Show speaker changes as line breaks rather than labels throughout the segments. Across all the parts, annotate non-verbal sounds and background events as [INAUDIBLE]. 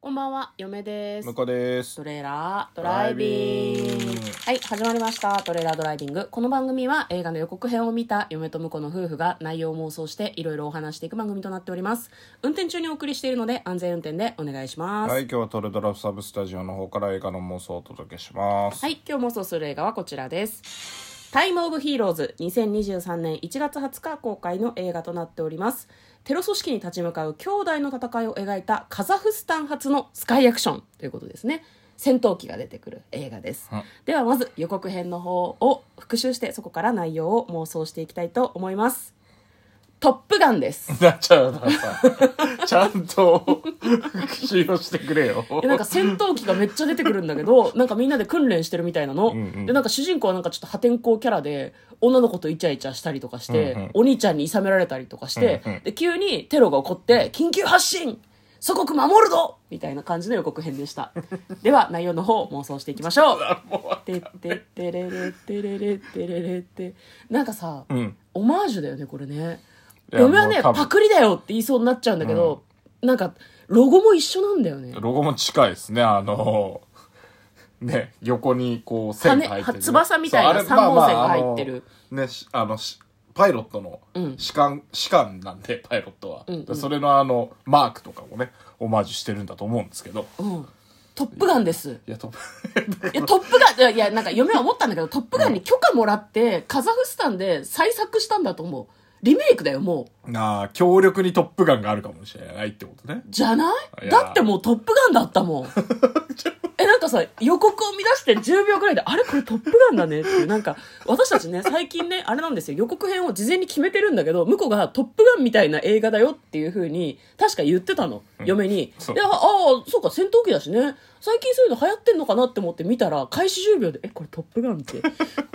こんばんは、嫁です
向。こうです
トレーラードライビング
ドライビング
はい始まりましたトレーラードライビングこの番組は映画の予告編を見た嫁と婿の夫婦が内容を妄想していろいろお話していく番組となっております運転中にお送りしているので安全運転でお願いします
は
はいい、
今日はトレドラフサブスタジオの方から映画の妄想をお届けします
今日妄想する映画はこちらですタイムオブヒーローズ2023年1月20日公開の映画となっておりますテロ組織に立ち向かう兄弟の戦いを描いたカザフスタン発のスカイアクションということですね戦闘機が出てくる映画です
うん
ではまず予告編の方を復習してそこから内容を妄想していきたいと思いますトップガンです
なっちゃうなさちゃんと [LAUGHS] 復習をして
[LAUGHS]
くれよ
でなんか戦闘機がめっちゃ出てくるんだけ
[LAUGHS]
どなんかみんなで訓練してるみたいなの、
んうん
でなんか主人公はなんかちょっと破天荒キャラで女の子とイチャイチャしたりとかして、
うんうん
お兄ちゃんに諌められたりとかして、
うんうん
で急にテロが起こって緊急発進祖国守るぞみたいな感じの予告編でしたでは内容の方妄想していきましょ
[LAUGHS]
うてってってれれってれれってれれってなんかさ、
うん
オマージュだよねこれね
いや
嫁はね
もう多分
パクリだよって言いそうになっちゃうんだけど、なんかロゴも一緒なんだよね
ロゴも近いですねあのね横にこう線が入ってる、
羽
ね、
翼みたいな
そうあれ
三本線が入ってる
まあまああのねしあのしパイロットの
うん
士官,、士官なんでパイロットは、
うんうん
でそれのあのマークとかもねオマージュしてるんだと思うんですけど
うんトップガンです。
いやと
いや、トップガンいや、いや、なんか嫁は思ったんだけど、トップガンに許可もらって、カザフスタンで再作したんだと思う。リメイクだよ、も
な [LAUGHS] あ強力にトップガンがあるかもしれないってことね
う。じゃない
や
だってもうトップガンだった
[LAUGHS]
もん。え、なんかさ、予告を見出して10秒くらいで、あれこれトップガンだねっていう、なんか、私たちね、最近ね、あれなんですよ、予告編を事前に決めてるんだけど、向こうがトップガンみたいな映画だよっていう風に、確か言ってたの、嫁に。
そう
で、ああ、そうか、戦闘機だしね。最近そういうの流行ってんのかなって思って見たら、開始10秒で、え、これトップガンって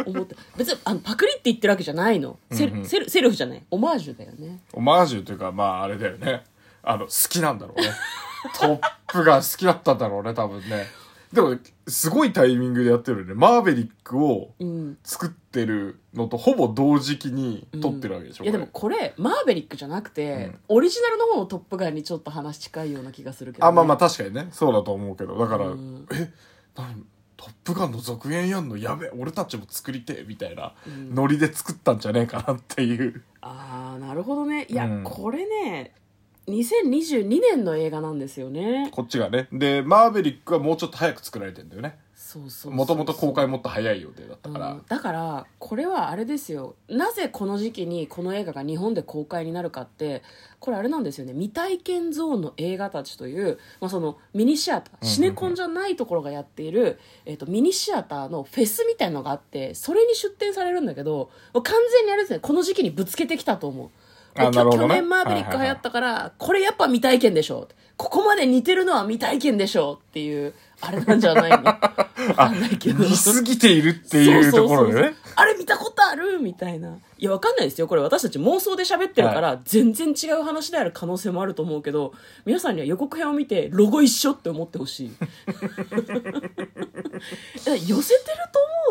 思って。別に、あの、パクリって言ってるわけじゃないの。セル、セルセルフじゃない。オマージュだよね。
オマージュというかまああれだよねあの好きなんだろうね
[LAUGHS]
トップガン好きだったんだろうね多分ねでもすごいタイミングでやってるよねマーベリックを
うん。
作ってるのとほぼ同時期に撮ってるわけでしょ、
いや
こ
で
れ
もこれマーベリックじゃなくて、
うん
オリジナルの方の「トップガン」にちょっと話近いような気がするけど、ね、
あまあまあ確かにねそうだと思うけどだから、
うん
え何トップガンの続編やんのやべえ俺たちも作りてえみたいな
うん
ノリで作ったんじゃねえかなっていう、
あーなるほどねいや、
うん
これね2022年の映画なんですよね
こっちがねでマーベリックはもうちょっと早く作られてんだよね
そうそうそう
もともと公開もっと早い予定だった
うん
から、
だからこれはあれですよなぜこの時期にこの映画が日本で公開になるかってこれあれなんですよね未体験ゾーンの映画たちという、まあ、そのミニシアター
うん
シネコンじゃないところがやっている、えっとミニシアターのフェスみたいのがあってそれに出展されるんだけどもう完全にあれですねこの時期にぶつけてきたと思う。
あ
き
な
ょ
るほど
去
ね
年マーベリック流行ったから、これやっぱ未体験でしょここまで似てるのは未体験でしょっていうあれなんじゃないのわかんないけど
似すぎているっていうところでね
そうそうそうそうあれ見たことあるみたいないやわかんないですよこれ私たち妄想で喋ってるから、全然違う話である可能性もあると思うけど皆さんには予告編を見てロゴ一緒って思ってほしい [LAUGHS] いや寄せてると思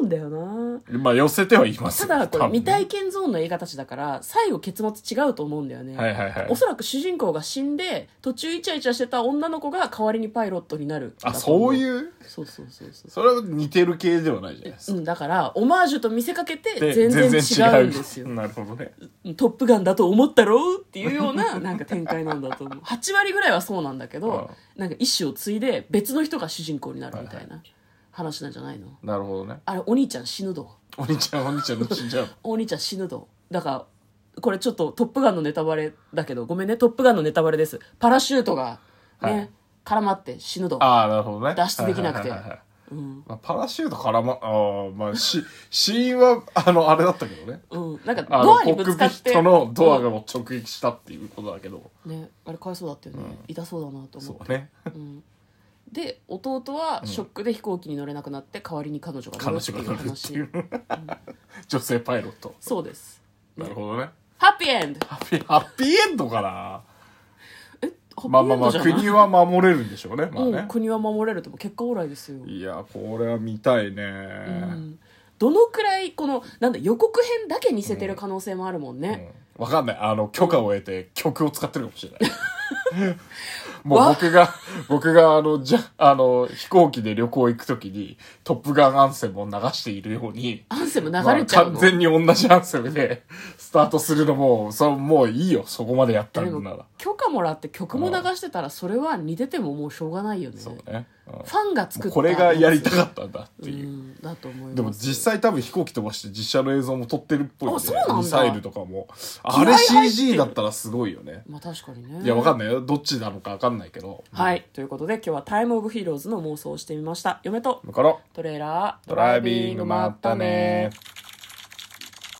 うんだよな
まあ寄せてはいます
た
よ
だこれ
多分ね
未体験ゾーンの映画たちだから最後結末違うと思うんだよね、
はいはいはい
おそらく主人公が死んで途中イチャイチャしてた女の子が代わりにパイロットになる
あそう
う
いう
そうそうそうそう
それは似てる系ではないじゃないです
う
か、
ん、だからオマージュと見せかけて
で
全然違うんですよ
なるほどね
「トップガン」だと思ったろうっていうようななんか展開なんだと思う8割ぐらいはそうなんだけど、なんか意思を継いで別の人が主人公になるみたいな話なんじゃないの、
なるほどね
あれお兄ちゃん死ぬど
お兄ちゃんお兄ちゃんの死んじゃう
お兄ちゃん死ぬどだからこれちょっと「トップガン」のネタバレだけどごめんね「トップガン」のネタバレですパラシュートがね、
はい
絡まって死ぬど
[LAUGHS] ああなるほどね
脱出できなくて
はいはいはいはい
うん
まあ、パラシュート絡まあーまあし死因はあのあれだったけどね
うん、なんか
あ
ド
の
アにぶ
コッ
つ
クピ
かって
ットのドアがもう直撃したっていうことだけど、
ね、あれかわいそうだったよね、痛そうだなと思って
そうね
うんで弟はショックで飛行機に乗れなくなって代わりに彼女が乗
彼
るって
女
い
が
う
乗るって
話
いう [LAUGHS] 女性パイロット
そうです
なるほどね
ハッピーエンド
ハッピーハッピーエンドかな
ハ
まあ
ッピーエ
まあ
ン
ま
ド
あ
じゃない
国は守れるんでしょうねまあ
うん、
ね、
国は守れるとも結果オーライですよ、
いやこれは見たいね、
うんどのくらいこのなんだ予告編だけ似せてる可能性もあるもんね、 [LAUGHS]
うんわかんないあの許可を得て曲を使ってるかもしれないもう
わ
僕が、僕があの、じゃ、あの、飛行機で旅行行くときに、トップガンアンセムを流しているように、
アンセム流
まあ
れちゃう
完
の、
全に同じアンセムで、スタートするのも、そもういいよ、そこまでやったんなら。
許可もらって曲も流してたらそれは似ててももうしょうがないよね
そうね。うん
ファンが作った
これがやりたか
っ
ったんだっ
て
ていう。
だと思います
でも実際多分飛行機飛ばして実写の映像も撮ってるっぽいん
あ
で
そうなんだ
ミサイルとかも
気合
あ
入
れ
ってる
CG だったらすごいよね
まあ確かにね
いやわかんないよどっちなのかわかんないけど
はいということで今日は「タイムオブヒーローズの妄想をしてみました嫁と
だから
トレーラード
ドライビングまったね